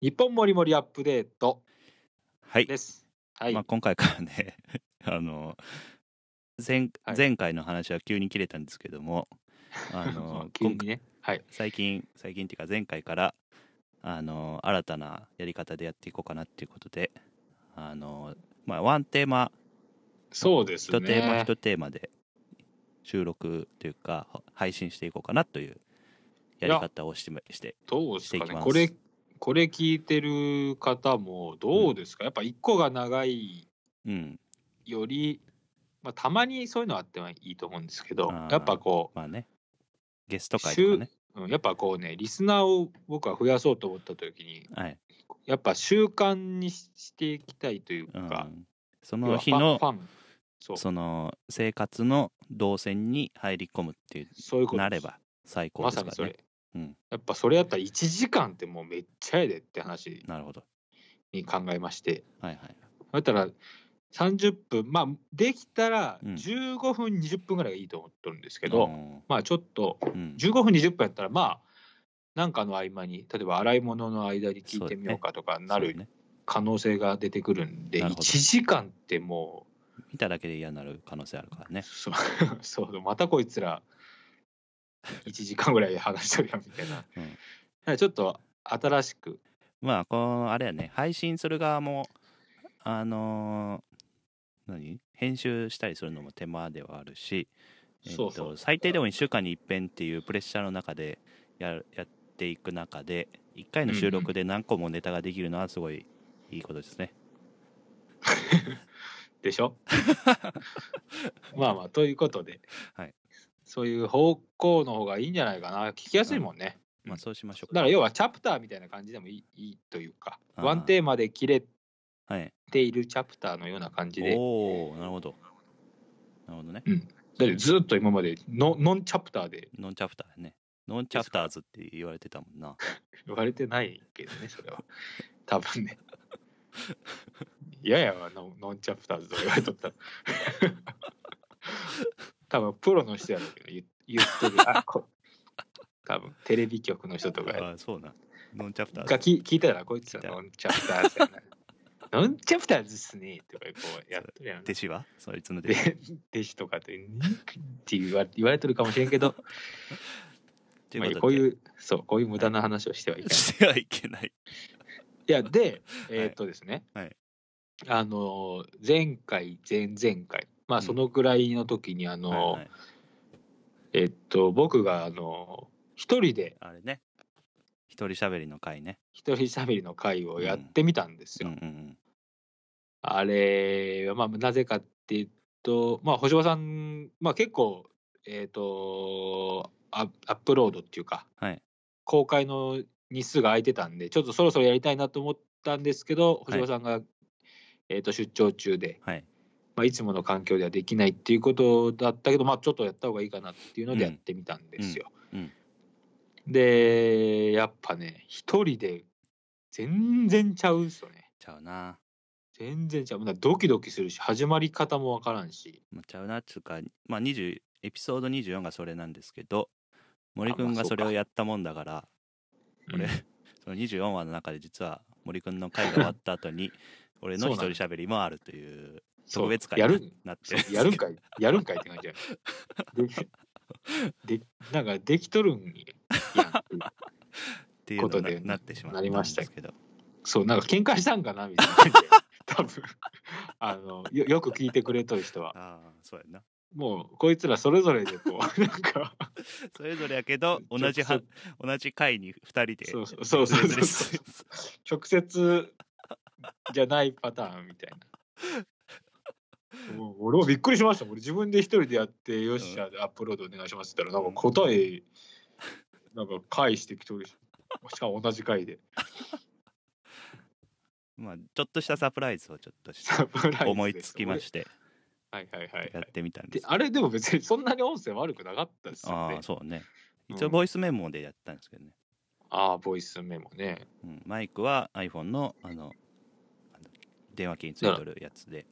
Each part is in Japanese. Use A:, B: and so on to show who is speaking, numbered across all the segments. A: 日本もりもりアップデート
B: はい、
A: です。はい。
B: まあ、今回からね あの前
A: はい
B: 前回の話は急に切れたんですけども、 あの
A: 急に
B: 今
A: ね。はい。
B: 最近最近っていうか前回からあの新たなやり方でやっていこうかなっていうことであのまあワンテーマ
A: そうですね。
B: 一テーマ一テーマで収録というかは配信していこうかなというやり方をしてまして
A: どうですか
B: していき
A: ね。
B: ます
A: これ、これ聞いてる方もどうですか、やっぱ一個が長い
B: うん
A: より、まあ、たまにそういうのあってもいいと思うんですけど
B: あ、ー
A: やっぱこ
B: まあねゲスト
A: う、
B: 会とかね
A: 週うんやっぱこうね、リスナーを僕は増やそうと思った時に、
B: はい、
A: やっぱ習慣にししていきたいという
B: う
A: か、
B: ん、そ
A: 要
B: の
A: は
B: 日
A: ファン
B: の
A: ファンそう
B: その生活の動線に入り込むっていう
A: そういうことです
B: なれば最高
A: ま
B: で
A: さ
B: す
A: に
B: か
A: そ
B: らね
A: れ、。
B: うん
A: やっぱそれやったら1時間ってもうめっちゃええでって話
B: なるほど
A: に考えまして
B: はいはい
A: だったら30分まあできたら
B: うん
A: 15分20分ぐらいがいいと思ってるんですけ
B: け
A: ど、まあちょっと
B: うん、
A: 15分20分やったらまあなんかの合間に例えば洗い物の間に聞いてみようかとかな
B: そう
A: る
B: ね
A: 可能性が出てくるんで
B: な
A: 1
B: るほど
A: 時間っても
B: 見ただけで嫌になる可能性あるから
A: う
B: ね
A: そう そうまたこいつら1時間ぐらい話しとるやんみたいなだか
B: うん
A: らちょっと新しく
B: まあこうあれやね配信する側もあのー何編集したりするのも手間ではあるし、えっ
A: そう
B: と
A: そう
B: 最低でも1週間に一遍っていうプレッシャーの中でやるやっていく中で1回の収録で何個もネタができるのはすごいいいことですね。
A: で しょまあまあということで、
B: はい
A: そういう方向の方がいいんじゃないかな聞きやすいもんね、
B: まあそうしましょう
A: だ
B: か。
A: から要はチャプターみたいな感じでもいいいいというか
B: あー
A: ワンテーマで切れ
B: はい、
A: ているチャプターのような感じで
B: おおなるほど。なるほどね。
A: だってずっと今までノノンチャプターで
B: ノンチャプターやね。ノンチャプターズって言われてたもんな。
A: 言われてないけどねそれは 多分ねいややわノンノンチャプターズとか言われとったら 多分プロの人やろうけど言言ってるあこ多分テレビ局の人とかや
B: ああそうな。ノンチャプターズ。
A: がき聞いたらこいつら
B: 聞いた
A: ノンチャプターズやな ノンチャプターズっすねとかこうやっとるやん
B: 弟子はそいつの弟
A: で
B: 子。
A: 弟子とかってんって言わ言われてるかもしれんけど
B: と
A: まあ
B: い
A: いういこ
B: こ
A: う
B: とで
A: いうそうこういう無駄な話をしてはいけない
B: してはいけな
A: い
B: い。
A: や でえーっとですね、
B: はい
A: あのー前回前々回まあそのぐらいの時にあのー、
B: はいはい
A: えっと僕があのー一人で
B: あれね。一人喋りの回ね。
A: 一人喋りの会をやってみたんです
B: う
A: よ、
B: んうん
A: あれは、まあ、なぜかっていうと、まあ、星葉さん、まあ、結構、えっ、とア、アップロードっていうか、
B: はい
A: 公開の日数が空いてたんで、ちょっとそろそろやりたいなと思ったんですけど、
B: はい
A: 星葉さんが、えー、と出張中で、
B: はい
A: まあ、いつもの環境ではできないっていうことだったけど、まあ、ちょっとやった方がいいかなっていうので
B: う
A: や
B: ん
A: ってみたんですよ。
B: うん
A: で、やっぱね、一人で全然ちゃうっすよね。
B: ちゃうな。
A: 全然ちゃう。だからドキドキするし、始まり方もわからんし。
B: まあ、ちゃうなっつうか、まあ、20エピソード24がそれなんですけど森
A: あ
B: くん
A: まあそ
B: が
A: う
B: そ
A: か
B: れをやったもんだから俺、
A: うん
B: その24話の中で実は森くんの回が終わった 後に俺の
A: そう
B: 一
A: な
B: 人
A: の
B: 喋りもあるという
A: そう
B: 特別会
A: や
B: にな
A: る
B: なって
A: そう
B: るですけど
A: やるんかい、やるんかいって感じや。で、でなんかできとるんやんっていう。
B: っていうの
A: ことで
B: にななってしまった
A: なんり
B: で
A: ました
B: すけど
A: そう、なんか喧嘩したんかなみたいな感じで。多分あのよよく聞いてくれとる人は
B: ああそうやな
A: もうこいつらそれぞれでこうなんか
B: それぞれや けど同じは
A: 直
B: 同じ回に2人で
A: そうそうそうそう
B: 別々です
A: 直接じゃないパターンみたいな。もう俺もびっくりしました。俺自分で一人でやって、よっしゃ、アップロードお願いしますって言ったら、なんか答え、なんか返してきてるし、しかも同じ回で。
B: まあ、ちょっとしたサプライズをちょっとし
A: サプライズです
B: 思いつきまして
A: はいはいはい
B: や
A: は
B: っ
A: い。
B: てみたんで
A: です
B: けど
A: あれでも別にそんなに音声悪くなかったですよ
B: あ
A: ね
B: あ。そうね
A: うん
B: 一応ボイスメモでやったんですけどね、
A: ああ、ボイスメモね。
B: うん、マイクは iPhone のあのあの電話機についてるやつで、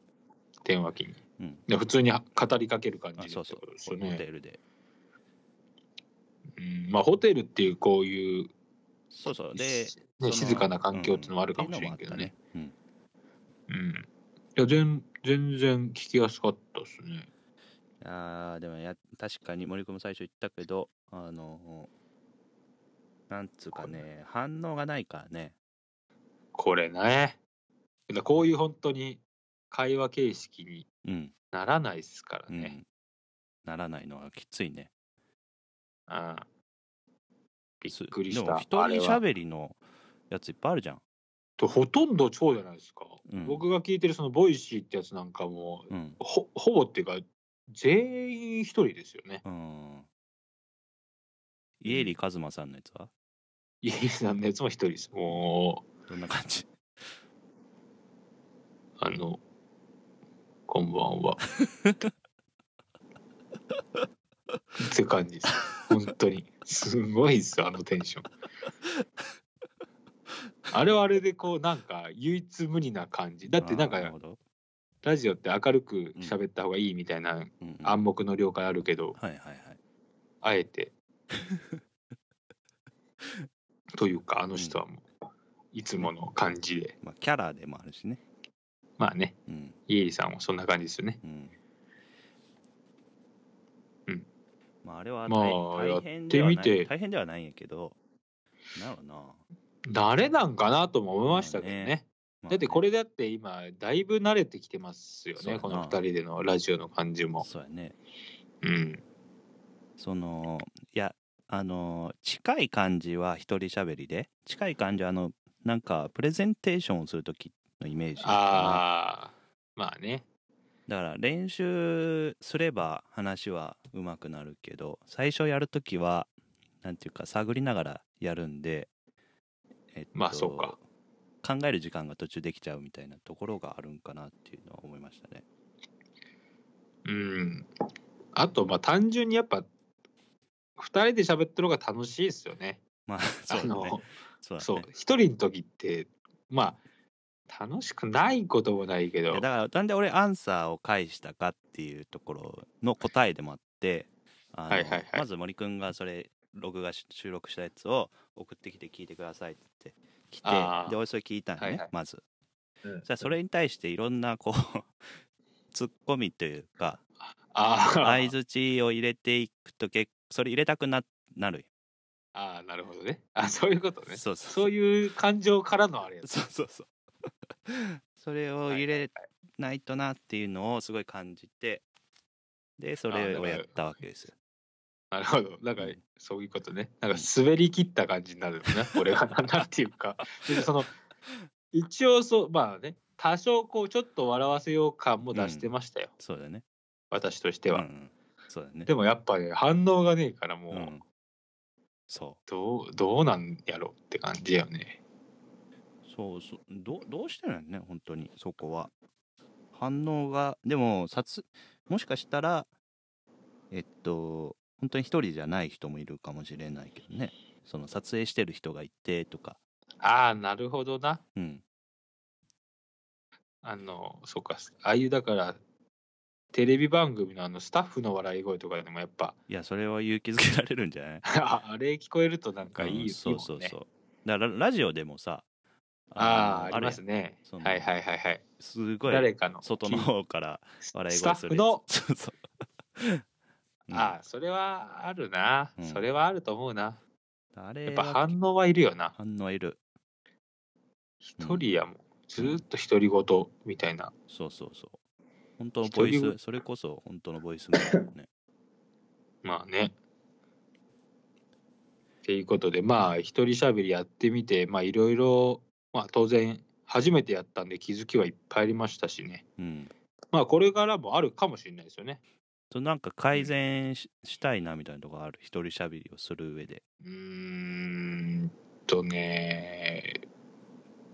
A: 電話機に。
B: うん、
A: で普通に語りかける感
B: あ
A: じで
B: そう
A: って
B: そ
A: ことです
B: う、
A: よ
B: ホテ
A: ね。
B: ルで
A: うんまあホテルっていうこういう
B: そうそうで
A: ね、
B: その
A: 静かな環境っていうのもあるかもしれんけどね。
B: うんうんっていうのもあったね
A: うん。いや、全全然聞きやすかったですね。
B: うんあーでもや確かに森君も最初言ったけどあのなんつうかね反応がないからね
A: これね。だからこういう本当に会話形式に
B: うん、
A: ならないですから
B: うん
A: ね。
B: ならないのはきついね
A: ああびっくりし
B: でも
A: た。
B: 一人
A: あれは
B: 喋りのやついっぱいあるじゃん
A: とほとんど超じゃないですか。
B: うん
A: 僕が聞いてるそのボイシーってやつなんかも
B: うん
A: ほほぼっていうか全員一人ですよね。
B: うん家入一馬さんのやつは
A: イエリさんのやつも一人です。もう
B: どんな感じ
A: あのこんばん は。って感じです。本当にすごいですあのテンション。あれはあれでこうなんか唯一無二な感 じだってなん
B: あーる
A: か
B: ほど
A: ラジオって明るく喋った方がいいみたいな
B: うんうん
A: 暗黙の了解あるけど、
B: はいはいはい
A: あえ て。というか、あの人はもう、いつもの感じで。
B: まあキャラでもあるしね
A: まあね、
B: うん
A: イエリさんもそんな感じですよね。
B: うん
A: うん
B: まああれは
A: まあ
B: 大
A: や
B: 大
A: って
B: 変ではない
A: みて
B: 大変ではないんやけどなるな、ま
A: 誰なんかなとも思いましたけどね。
B: まあねあね
A: だってこれだって今、だいぶ慣れてきてますよ
B: そう
A: ね、
B: やな
A: この二人でのラジオの感じも。
B: そうやね
A: うん。
B: そのいやあの近い感じは一人喋りで近い感じはあのなんかプレゼンテーションをする時のイメージか
A: ああ、まあね。
B: なだから練習すれば話は上手くなるけど最初やる時はなんていうか探りながらやるんで、えっと
A: まあそうか
B: 考える時間が途中できちゃうみたいなところがあるんかなっていうのは思いましたね
A: うん。あと、まあ単純にやっぱ、二人で喋ってる方が楽しいですよね。
B: まあそうだ
A: あの
B: ねそうだ
A: そう
B: ね
A: 一人の時ってまあ楽しくないこともないけ
B: い
A: ど
B: やだからなんで俺アンサーを返したかっていうところの答えでもあってあの
A: はいはいはい
B: まず森くんがそれ録画し収録したやつを送ってきて聞いてくださいって言って来て
A: あー
B: で俺それ聞いたのね、
A: はいはい
B: まず
A: うん
B: じゃそれに対していろんなこう ツッコミというか
A: あー
B: 相づちを入れていくと結それ入れたくななるよ
A: あーなるほどねあそういうことね
B: そうそう
A: そういう感情からのあれやつ
B: そうそうそうそれを入れないとなっていうのをすごい感じてでそ
A: あーだ
B: れ
A: か
B: を
A: ら
B: やったわけですよ
A: なるほどなんか
B: うん
A: そういうことねなんか滑り切った感じになるよ ね俺がなんていうかでその一応そうまあね多少こうちょっと笑わせよう感も出してましたよ、
B: そうだね
A: 私としては、
B: うんうん、そうだね
A: でもやっぱね反応がねえからもう、
B: うん、そ
A: どうどうなんやろって感じだよね
B: うそうそうどうどうしてなんやろね本当にそこは反応がでもさつもしかしたらえっと本当に一人じゃない人もいるかもしれないけどねその撮影してる人がいてとか
A: ああなるほどな
B: うん
A: あの、そうか、ああいうだから、テレビ番組のあのスタッフの笑い声とかでもやっぱ、
B: いやそれは勇気づけられるんじゃない
A: あ あれ聞こえるとなんかいい,、
B: うんそうそう
A: いい
B: そ
A: もんね。
B: うだからララジオでもさ
A: ああ、
B: の
A: ありますね
B: そ。の
A: はいはいはいはい。
B: すご
A: 誰
B: い
A: かの
B: 外の
A: き
B: 方から笑い
A: スタ
B: 声
A: ッ
B: す
A: フ
B: る
A: の、
B: そうそううん
A: ああ、それはあるな、
B: うん
A: それはあると思うな。
B: あれ
A: やっぱ
B: は
A: 反応はいるよな。
B: 反応いる
A: 一人やもん。ずーっと独り言みたいな。
B: そうそうそう本当のボイ
A: 一人
B: ス
A: 分
B: それこそ本当のボイスメモだよね
A: まあね。っていうことで、まあ、一人喋りやってみて、まあ、いろいろ、まあ、当然、初めてやったんで気づきはいっぱいありましたしね。
B: うん
A: まあこれからもあるかもしれないですよね。
B: となんか改善ししたいなみたいなとこある一人しゃべりをする上で
A: うーんとね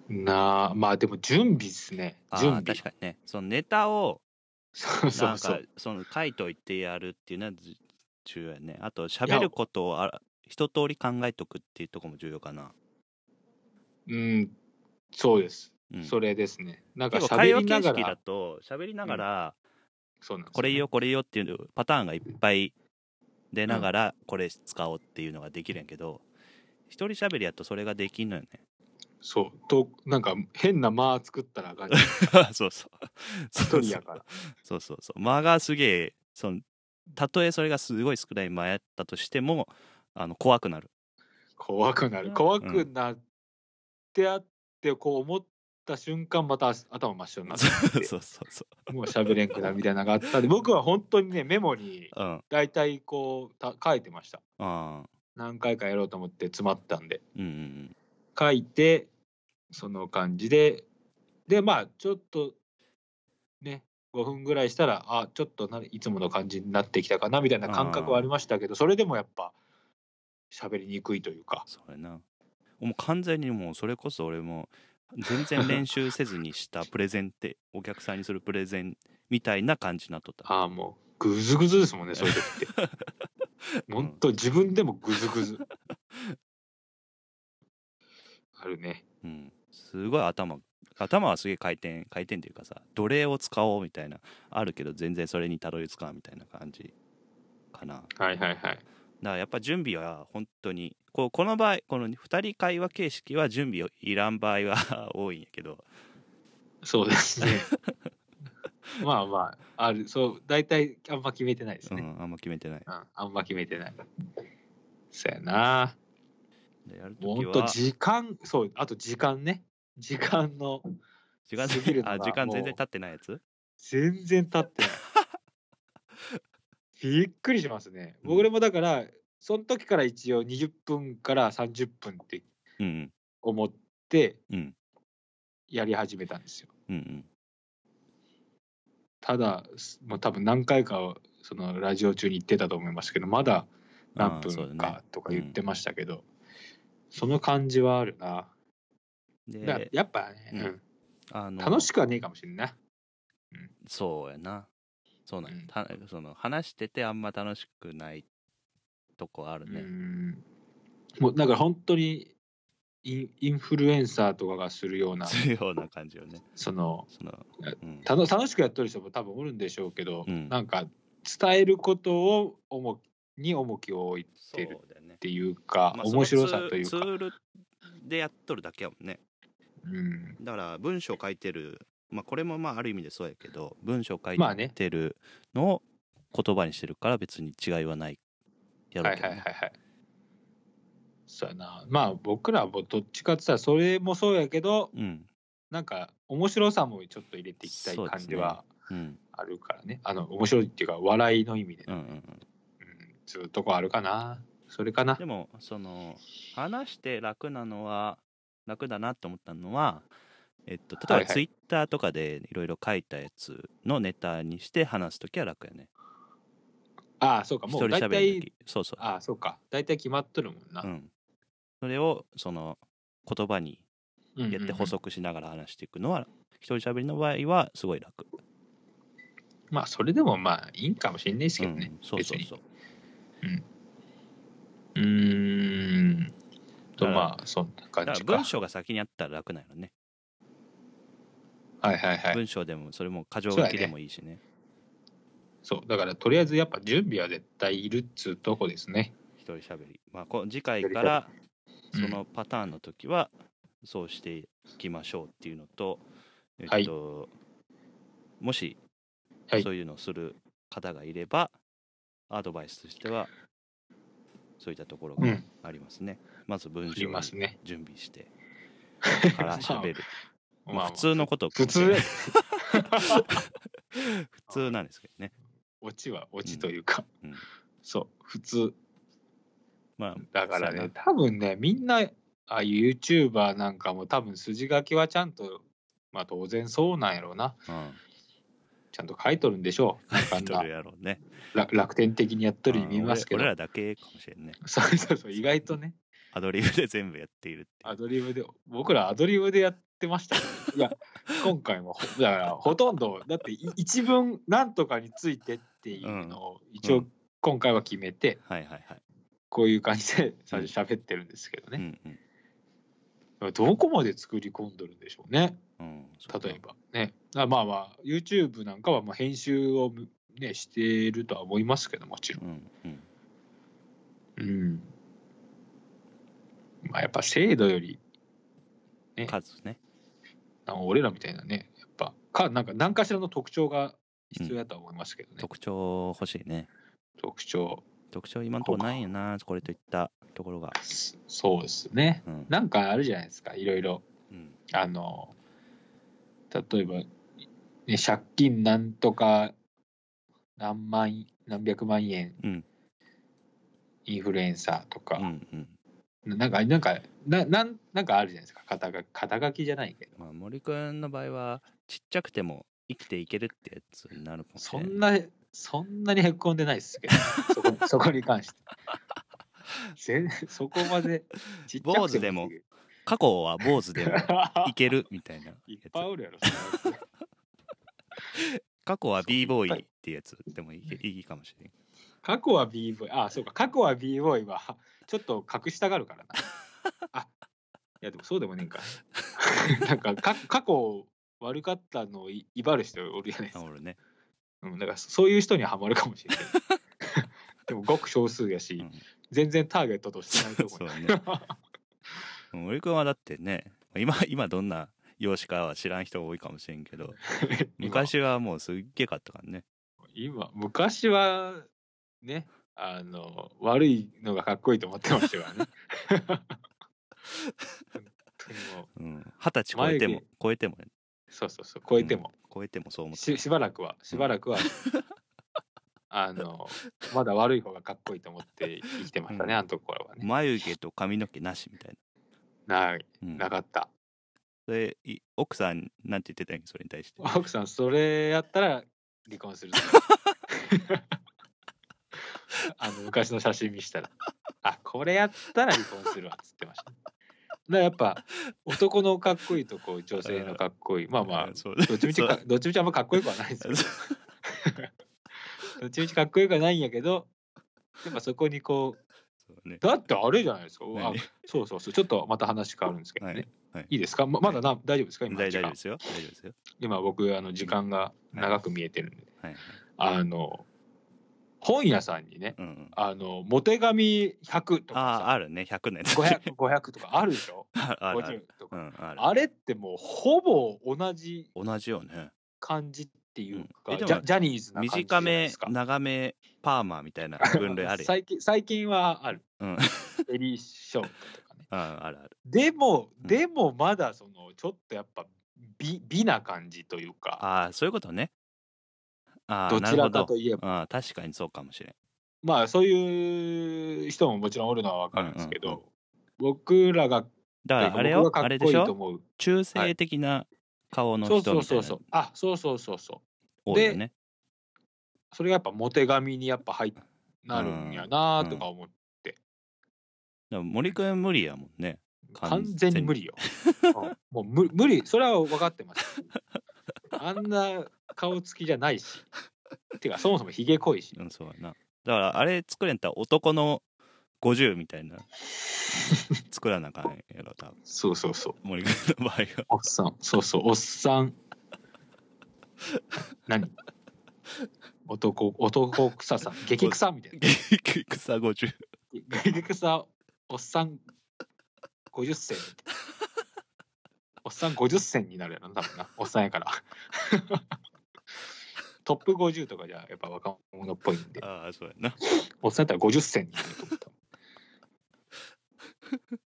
A: なあまあでも準備ですね
B: あ
A: 準
B: あ
A: 備
B: 確かにねそのネタを
A: そうそ
B: な
A: うんそ
B: か
A: う
B: その書いといてやるっていうのはじ重要やねあとしゃべることをあら一通り考えとくっていうとこも重要かな、
A: うんそうです、
B: うん、
A: それですねなんか
B: 結構会
A: 喋
B: 話
A: りな
B: 形
A: が
B: 式だ
A: ら
B: と喋りながら、
A: そうなんですよね、
B: これいいよこれいいよっていうパターンがいっぱい出ながらこれ使おうっていうのができるんやけど、一人喋りやとそれができんのよね。
A: そうとなんか変な間作ったらあかんじゃん
B: そうそう。
A: 一人やから
B: そうそうそう。間がすげえ、その、たとえそれがすごい少ない間やったとしても、あの、怖くなる。
A: 怖くなる怖くなってあってこう思った瞬間またあ頭真っ白になっ
B: そう
A: て
B: そうそ
A: もう喋れんくなるみたいなのがあったんで僕は本当にねメモに
B: う。うん。
A: 大体こうた書いてました
B: ああ。
A: 何回かやろうと思って詰まったんで
B: うんうん
A: 書いてその感じででまあちょっとね5分ぐらいしたらあちょっとないつもの感じになってきたかなみたいな感覚はありましたけどそれでもやっぱ喋りにくいというか
B: そうやな。もう完全にもうそれこそ俺も全然練習せずにしたプレゼンってお客さんにするプレゼンみたいな感じになっとった。
A: ああもうグズグズですもんねそういう時 って本当自分でもグズグズあるね
B: うん。すごい頭頭はすげえ回転回転っていうかさ奴隷を使おうみたいなあるけど全然それにたどり着かんみたいな感じかなだか
A: はいはいはい
B: らやっぱ準備は本当にこうこの場合この2人会話形式は準備いらん場合は 多いんやけど
A: そうです ねまあまああるそう大体あんま決めてないです
B: う
A: ね、
B: んあんま決めてない
A: うん、あんま決めてない。そやな。
B: でやると
A: もう
B: き
A: ほんと
B: は
A: 時間、そう、あと時間ね。時間の、
B: 時間
A: 過ぎるのが
B: あ時間
A: もう
B: 全然経ってないやつ
A: 全然経 ってない。びっくりしますね。
B: うん
A: 僕らもだから、その時から一応20分から30分って
B: うん
A: 思って
B: うん
A: やり始めたんですよ。
B: うんうん
A: ただ、もう多分何回かはそのラジオ中に言ってたと思いますけど、まだ何
B: あーそうだ
A: 分
B: ね
A: かとか言ってましたけど、その感じはあるな。
B: うん
A: だから
B: で
A: やっぱね、
B: うん
A: うん
B: あの
A: 楽しくはねえかもしれんな。
B: そうやなそうなんや
A: うん
B: たその話しててあんま楽しくないとこある
A: う
B: ね
A: んもうだから本当にインインフルエンサーとかがするような
B: するような感じよね
A: その
B: その
A: え
B: うん
A: たの楽しくやってる人も多分おるんでしょうけど、
B: うん
A: なんか伝えることを重に重きを置い
B: そう
A: てる
B: だよね
A: ていうか、
B: まあ
A: 面白
B: そ
A: さ
B: の
A: と
B: ツー
A: いう
B: ツ
A: か、
B: ールでやっとるだけやもんね
A: うん、
B: だから文章書いてるまあこれもまあある意味でそうやけど文章書い
A: まあね
B: てるのを言葉にしてるから別に違いはないや
A: は
B: ろ
A: いう
B: け
A: はい
B: ど
A: はい
B: ね
A: はいそうやなまあ僕らはどっちかって言ったらそれもそうやけど
B: うん
A: なんか面白さもちょっと入れていきたい
B: そうで
A: 感
B: す
A: じ
B: ね
A: は
B: うん
A: あるからねあの面白いっていうか笑いの意味で、
B: うんうんうん
A: うん、そういうとこあるかな。それかな
B: で。もその話して楽なのは楽だなって思ったのは、えっと、例
A: はいは
B: えば
A: い
B: ツイッターとかでいろいろ書いたやつのネタにして話すときは楽やね。
A: ああ、そうか。
B: 一
A: も
B: 人
A: う大
B: 喋りの
A: 体
B: 時、そうそう。
A: ああ、そうか。大体決まっとるもんな。
B: うん、それをその言葉に
A: うんうん
B: やって補。足しながら話していくのは一人喋りの場合はすごい楽。
A: まあ、それでもまあ、いいんかもしれないですけどね
B: うん。そうそうそう。
A: 別にうーん。と、
B: だから
A: まあ、そんな
B: だか
A: 感
B: ら
A: じか。
B: 文章が先にあったら楽なのね。
A: はいはいはい。
B: 文章でもそれも箇条
A: そう
B: 書
A: や
B: き
A: ね
B: でもいいしね。
A: そう。だから、とりあえずやっぱ準備は絶対いるっつうとこですね。
B: 一人喋り。まあこ次回からそのパターンの時はそうしていきましょうっていうのと、
A: は
B: え
A: い
B: っと、もし
A: はい
B: そういうのをする方がいれば、アドバイスとしてはそういったところ
A: う
B: が
A: ん。
B: ありますね。まず文
A: あ
B: 章
A: り
B: を
A: ますね。
B: 準 備してから喋る。まあ
A: まあ
B: 普通のことを
A: 普 通や
B: 普通なんですけどね。
A: オチはオチというか。
B: うんうん
A: そう。普通。
B: まあ
A: だから
B: そうや
A: ね
B: な、
A: 多分ね、みんな、あ YouTuber なんかも多分筋書きはちゃんと、まあ当然そうなんやろうな。
B: うん、
A: ちゃんと書いとるんでしょう。
B: 書
A: 書
B: い
A: い
B: とるやろうね。
A: 楽天的にやっとるように見えますけど
B: うん俺。俺らだけかもしれんね。
A: そうそうそう、意外とね、
B: アドリブで全部やっているっていう
A: アドリブで、僕らアドリブでやってましたよ、いや、今回も、ほだからほとんど、だってい一文なんとかについてっていうのを、一
B: う
A: 応
B: ん
A: 今回は決めて、
B: はいはいはい。
A: こういう感じで最初喋ってるんですけど
B: う
A: ね。
B: んうん
A: どこまで作り込んどるんでしょうね。
B: うん、そうだ
A: 例えばね。あまあまあ、YouTube なんかはまあ編集を、ね、してるとは思いますけど、もちろん。
B: うんうん、
A: うん。まあやっぱ精度よりえ
B: 数ね。
A: あの俺らみたいなねやっぱかなんか何かしらの特徴が必要だとは思いますけどね、
B: 特徴欲しいね。
A: 特徴
B: 特徴今んとこないよな、これといったところが。
A: そそうですね
B: うん。
A: なんかあるじゃないですかいろいろ
B: うん
A: あの例えば、ね、借金なんとか何万何百万円、
B: うん
A: インフルエンサーと
B: う
A: か、
B: んうん。
A: なんかなんかななんなんかあるじゃないですか肩書肩書きじゃないけど
B: まあ、森くんの場合は、ちっちゃくても生きていけるってやつになるかもし
A: そ
B: れない。
A: んなそんなにへこんでないですけどそ こそこに関して全そこまでちっちゃくて
B: 坊主でも過去は坊主で もいけるみたいなや
A: いっ
B: つ
A: ぱいおるやろそんなや
B: 過去は b ボー
A: そう
B: イってやつでもいけいいかもしれない
A: つ過去は b ボーイあそうか過去は b ボーイはちょっと隠したがるからなあいやでもそうでもねえか なんかか過去悪かったのをい威張る人おるじゃない ですか
B: あ俺ね、
A: うん、だからそういう人にはまるかもしれない。 でもごく少数やし、
B: うん
A: 全然ターゲットとしてないとこ
B: そう
A: に。
B: ね森くんはだってね今今どんな容姿かは知らん人が多いかもしれんけど
A: 今
B: 昔はもうすっげえかったからね
A: 今昔はねあの悪いのがかっこいいと思ってましたから ね。でも
B: うん二十、歳超えて
A: 眉
B: も超えても
A: そうそうそう超えても、
B: うん超えてもそう思って
A: ししばらくはしばらくは、あのまだ悪い方がかっこいいと思って生きてましたね、
B: うん
A: あのところはね。
B: 眉毛と髪の毛なしみたい
A: ない
B: な、
A: な
B: うん、
A: かった。
B: でい奥さんなんて言ってたんやそれに対 して
A: 奥さんそれやったら離婚する あの昔の写真見したらあこれやったら離婚するわっつってましただからやっぱ男のかっこいいとこ女性のかっこいいまあまあ
B: うんそう
A: どっちみちかどっちみちあんまかっこよくはないんですよどっちみちかっこよくはないんやけどやっぱそこにこう
B: そうね
A: だってあれじゃないですかあ
B: 何
A: そうそうそうちょっとまた話変わるんですけどね、
B: はいい、はい
A: いですかままだな大丈夫ですか今
B: 大
A: 時
B: 丈
A: 間
B: 夫ですよ大丈夫ですよ
A: 今僕あの時間が長く見えてるんで、
B: はいはい
A: あの本屋さんにね
B: うんうん
A: あのモテ紙100と
B: ああ
A: か
B: あるね100年
A: さ 500, 500とかあるでしょ
B: あ るあるあ
A: 50
B: る
A: と
B: う
A: か、
B: んある
A: あれってもうほぼ同じ
B: 同じよね
A: 感じっていう
B: うん
A: か、
B: えでも
A: ジャジャニーズな感じじゃ
B: 短
A: ないで
B: め
A: すか
B: 長めパーマみたいな分類ある よ
A: 最近最近はある、
B: うん
A: エリー・ショートとかね
B: うんあるある
A: でも、
B: うん
A: でもまだそのちょっとやっぱ美美な感じというか
B: ああそういうことねああ
A: ど
B: な
A: ち
B: る
A: ら
B: ほ
A: か
B: ど
A: といえば
B: ああ確かにそうかもしれん
A: まあそういう人ももちろんおるのは分かるんですけど、
B: うんうん
A: 僕らが
B: だからあれ
A: 僕
B: よ
A: が
B: あ
A: かっ
B: れ
A: こ
B: で
A: いい
B: し
A: と
B: ょ
A: 思う。
B: 中性的な顔の
A: そう
B: 人
A: そ
B: み
A: うそ
B: たいうな
A: そう
B: の。
A: あ、そうそうそうそう。
B: 多いよね
A: それがやっぱモテ髪にやっぱ入っなるんやなとか思う。
B: でも森くん無理やもんね
A: 完全に無理よ。うんもう無無理。それは分かってます。あんな顔つきじゃないし。てかそもそもひげ濃いし
B: う。んそうやなだからあれ作れんたら男の50み たいな作らなあかんやろ多分
A: そうそうそう。
B: 森くんの場合は
A: おっさん。そうそう。おっさん。何男男臭さ激臭みたいな。
B: 激草50
A: 激臭おっさん50銭おっさん50銭になるやろな多分なおっさんやから トップ50とかじゃやっぱ若者っぽいんで
B: ああそうやな
A: おっさんやったら50銭になると思ったい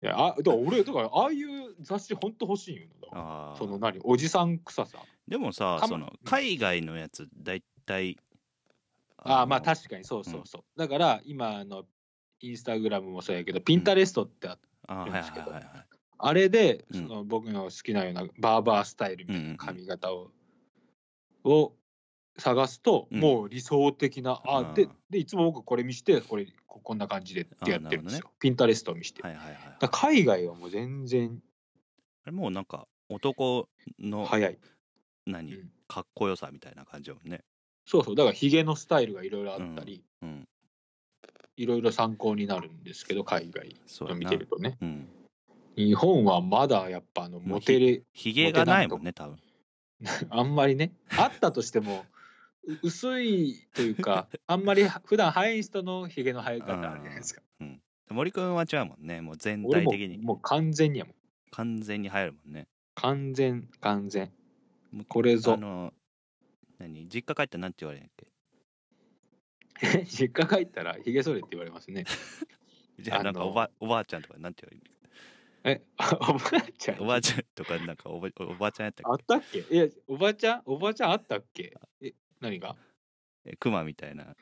A: やあだから俺だからああいう雑誌ほんと欲しいんよなだから
B: あ
A: そ
B: あ
A: の何おじさん臭さ
B: でもさ
A: かも
B: その海外のやつ大体
A: ああまあ
B: の
A: 確かにそうそうそう、だから今あのインスタグラムもそうやけどピンタレストってあって
B: あはいはいはいはい
A: あれで、
B: うん
A: その僕の好きなようなバーバースタイルみたいな髪型を,、を探すと、
B: うん
A: もう理想的なあ、
B: うん
A: ででいつも僕これ見してこれここんな感じでってやってるんですよ、ピンタレストを見して、
B: はいはいはい
A: だから海外はもう全然
B: あれもうなんか男の
A: 早い
B: 何
A: うん
B: かっこよさみたいな感じだもんね
A: そうそうだからヒゲのスタイルがいろいろあったり、
B: うん
A: いろいろ参考になるんですけど海外
B: そう
A: の
B: や
A: 見
B: な
A: てるとね
B: うん
A: 日本はまだやっぱあのモテれ
B: ひげがないもんね多分
A: あんまりねあったとしてもう薄いというかあんまり普段ハイインストのヒゲの生え方あるじゃないですか、
B: うん森くんは違うもんね。もう全
A: 俺
B: 体
A: も
B: 的に
A: もう完全にやもん。
B: 完全に流行るもんね。
A: 完全、完全。
B: もう
A: これ
B: あ
A: ぞ。
B: の、何実家帰ったらなんて言われるんやっけ
A: 実家帰ったら、ひげ剃れって言われます ね。
B: じゃあ
A: あ
B: な
A: の
B: んかおばおばあちゃんとかなんて言わ
A: え、おばあちゃ
B: れるお
A: ん。
B: ばあちゃんとかなんかおばおばあちゃんやった っ
A: あったっけいや、おばあちゃん、おばあちゃんあったっけえ、何が
B: けえ熊みたいな。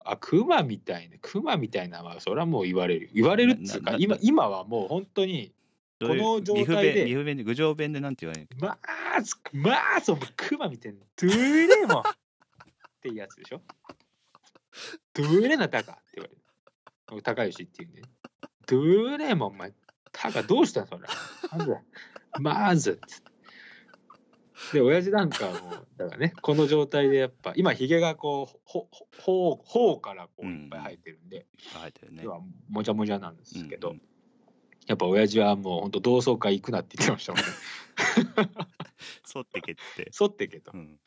A: あ、クマみたいな、クマみたいなのは、それはもう言われる。言われるっつうか
B: なな、
A: 今、今はもう本当に、
B: どういう
A: この状態で
B: 岐阜弁、岐阜弁で、郡上弁でなんて言われるんやっ
A: まあ、ずまあ、そう、クマみたいな、トゥーレモンっていうやつでしょトゥーレなタカって言われる。僕高吉っていうんで。トゥーレモン、お前、タカどうしたんそれ。なんだまずっつってで、親父なんかはもう、だからね、この状態でやっぱ、今、ヒゲがこう、ほ、ほ、ほう、ほうからこう、いっぱい生えてるんで、
B: け入ってるね
A: 要。はもじゃもじゃなんですけど、
B: うんうん
A: やっぱ親父はもう本当同窓会行くなって言ってましたもん ね。
B: そうってけって。
A: 剃ってけと
B: う。ん。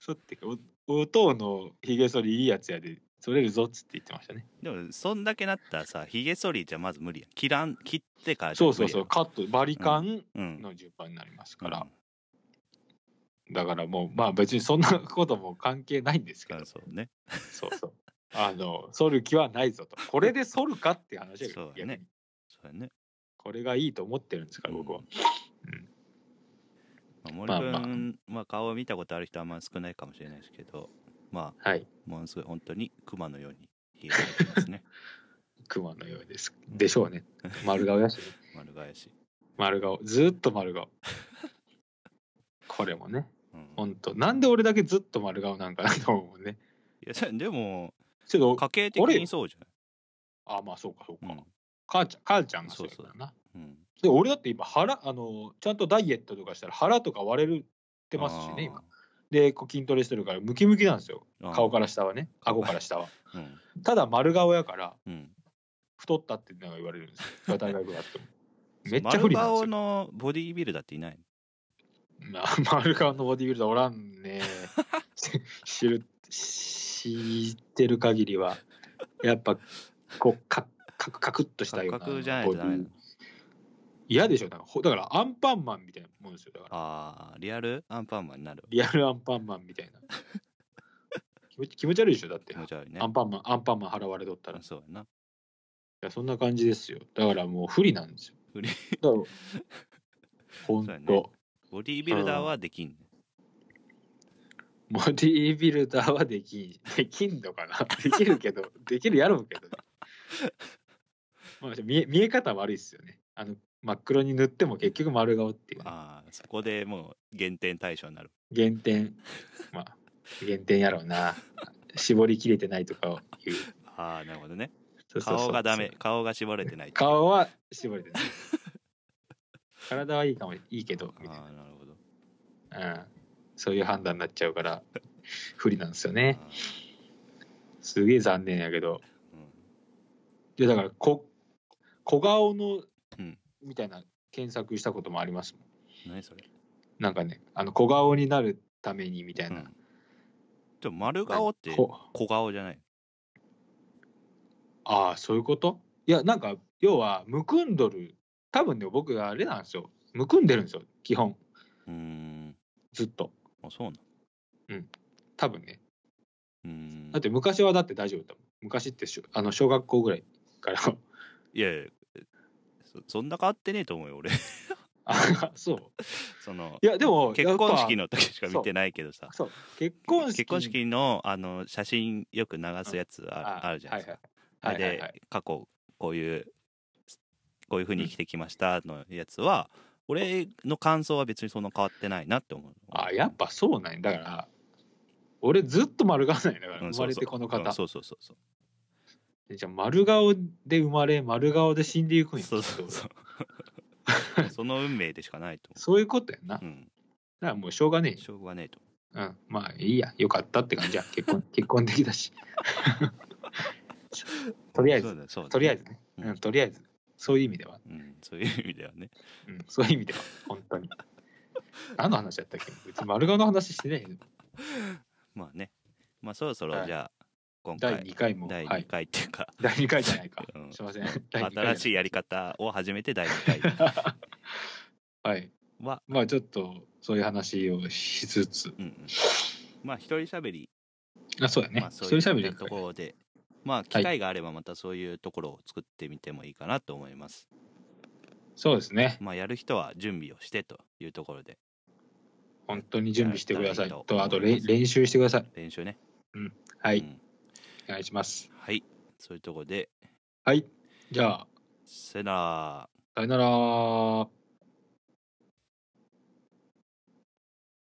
A: 剃ってけおおとうのひげ剃りいいやつやで剃れるぞっつって言ってましたね
B: でも、そんだけなったらさ、ひげ剃りじゃまず無理やん。切らん、切ってからじゃ
A: そう
B: 無理
A: そうんそ
B: や
A: う。カットバリカン
B: うん。
A: の順番になりますから、だからもうまあ別にそんなことも関係ないんですけ
B: う
A: ど
B: ん、そうね。
A: そうそうあの剃る気はないぞとこれで剃るかっていう話が
B: そうだねそうやね。
A: これがいいと思ってるんですから僕は、
B: ま
A: ま
B: あ、
A: あ
B: 森
A: まあ
B: 君、まあ、顔を見たことある人はあんま少ないかもしれないですけど、ま
A: はい
B: あ、ものすごい本当に熊のように冷えてま すね。
A: 熊のようですでしょうね丸顔や しね
B: 丸返し。
A: 丸顔ずーっと丸顔これもね
B: うん、
A: ほ
B: い
A: んとなんで俺だけずっと丸顔なんかなと思うね
B: やそでも、
A: ちょっと
B: 家系的にそうじ
A: あ、まあそうかそう
B: ゃ
A: か。
B: ない、
A: 母ちゃん、母ちゃんがそうだからな。
B: うんうん、
A: で、俺だって今腹、あの、ちゃんとダイエットとかしたら腹とか割れるってますしね、今。で、こう筋トレしてるからムキムキなんですよ。
B: 今。
A: 顔からら下はね、顎から下は。
B: うん。
A: ただ丸顔やから
B: うん、
A: 太ったってなんか言われるん ですよ。大学だっても。めっちゃ不利な
B: 丸
A: んです
B: 顔
A: よ。
B: のボディービルダーっていない
A: まあ、 丸顔のボディビルダーおらんね。 知る、知ってる限りは。やっぱ、こう、カカクカクっとしたような。
B: カクカクじゃないとダメなの
A: ボディ嫌でしょだからほ、だからアンパンマンみたいなもんですよ。だから、
B: ああ、リアルアンパンマンになる。
A: リアルアンパンマンみたいな。 気持ち気持ち悪いでしょだって
B: 気。持ち悪いね
A: ア。ンパンマン、アンパンマン払われとったら。い
B: そうやな。
A: や、そんな感じですよ。だからもう不利なんですよ。
B: 不利
A: だから。ほん
B: そうやね
A: と。
B: ボディービルダーはできん、ね。
A: ボディービルダーはでき ん、できんのかな できるけど、できるやろうけどね。 まあ、見え見え方悪いっすよね。あの、真っ黒に塗っても結局丸顔っていうね、
B: ああ、そこでもう減点対象になる。
A: 減点。まあ、減点やろうな。絞りきれてないとかを言う。
B: ああ、なるほどね。
A: そうそうそう
B: 顔がダメ。。顔が絞れてないっていう。
A: 顔は絞れて ない。体はいいかもいいけど、みたい
B: ああ、なるほど。
A: な。うん。そういう判断になっちゃうから、不利なんですよね。
B: あ
A: すげえ残念やけど。
B: ーうん
A: いやだからこ小顔の
B: うん
A: みたいな検索したこともありますもん
B: 何それ、
A: なんかねあの小顔になるためにみたいな、
B: でも丸顔って
A: こ
B: 小顔じゃない
A: ああそういうこといやなんか要はむくんどる多分ね僕あれなんですよむくんでるんですよ基本
B: うーん
A: ずっと
B: あそうなん
A: 多分ね
B: うーん
A: だって昔はだって大丈夫だもん昔ってしょあの小学校ぐらいから
B: いやいやそそんな変わってねえと思うよ俺
A: あそう
B: その
A: いやでも
B: 結婚式
A: やっ
B: の時しか見てないけどさ
A: ぱそう結婚式
B: 結婚式のあの写真よく流すやつあ
A: あ
B: あるじゃないですか、
A: はいはい
B: あ
A: はい
B: れで、
A: はいはい
B: 過去こういうこういうふうに生きてきましたのやつは、俺の感想は別にそんな変わってないなって思う
A: あやっぱそうなんやだから俺ずっと丸顔なんやだから
B: うん
A: 生まれてこの方、
B: そうそううんそうそうそう
A: じゃあ丸顔で生まれ丸顔で死んでいくんや
B: そうそう
A: きっ
B: そ
A: と
B: うもうその運命でしかないと
A: そういうことやな、だか
B: 思う、うん、
A: らもうしょうがねえ
B: しょうがねえと思
A: うんまあいいやよかったって感 じや結婚結婚できたし
B: う
A: とりあえ
B: そう
A: ず
B: だそうだ
A: とりあえずね、
B: うん
A: うん、とりあえずそういう意味では、
B: うん、そういう意味ではね
A: うん、そういう意味では本当に何の話やったっけ別に丸顔の話してないよ
B: まあねまあそろそろじゃあ、今
A: 第
B: 回
A: 2回も、は
B: 第
A: い、
B: 2回っていう か、。
A: 第2回じゃないか
B: うん
A: すいません。第2回じゃない
B: 新しいやり方を始めて第2回
A: はい。
B: は、
A: まあちょっとそういう話をしつつ、
B: うんうんまあ一人喋り、
A: あそうだね。
B: まあ
A: そ
B: そううい
A: いう喋りだ
B: う
A: か
B: と
A: ら
B: こ
A: ね
B: ろで、まあ機会があればまたそういうところを作ってみてもいいかなと思います。
A: そうですね。
B: まあやる人は準備をしてというところで
A: 本当に準備してください
B: や
A: と、
B: ったらいいと
A: あと
B: 思い
A: れ
B: ます
A: 練習してください。
B: 練習ね。
A: はい、
B: うん
A: お願いします。
B: はい。そういうところで、
A: はい。じゃあ、
B: さよなら。
A: さよなら。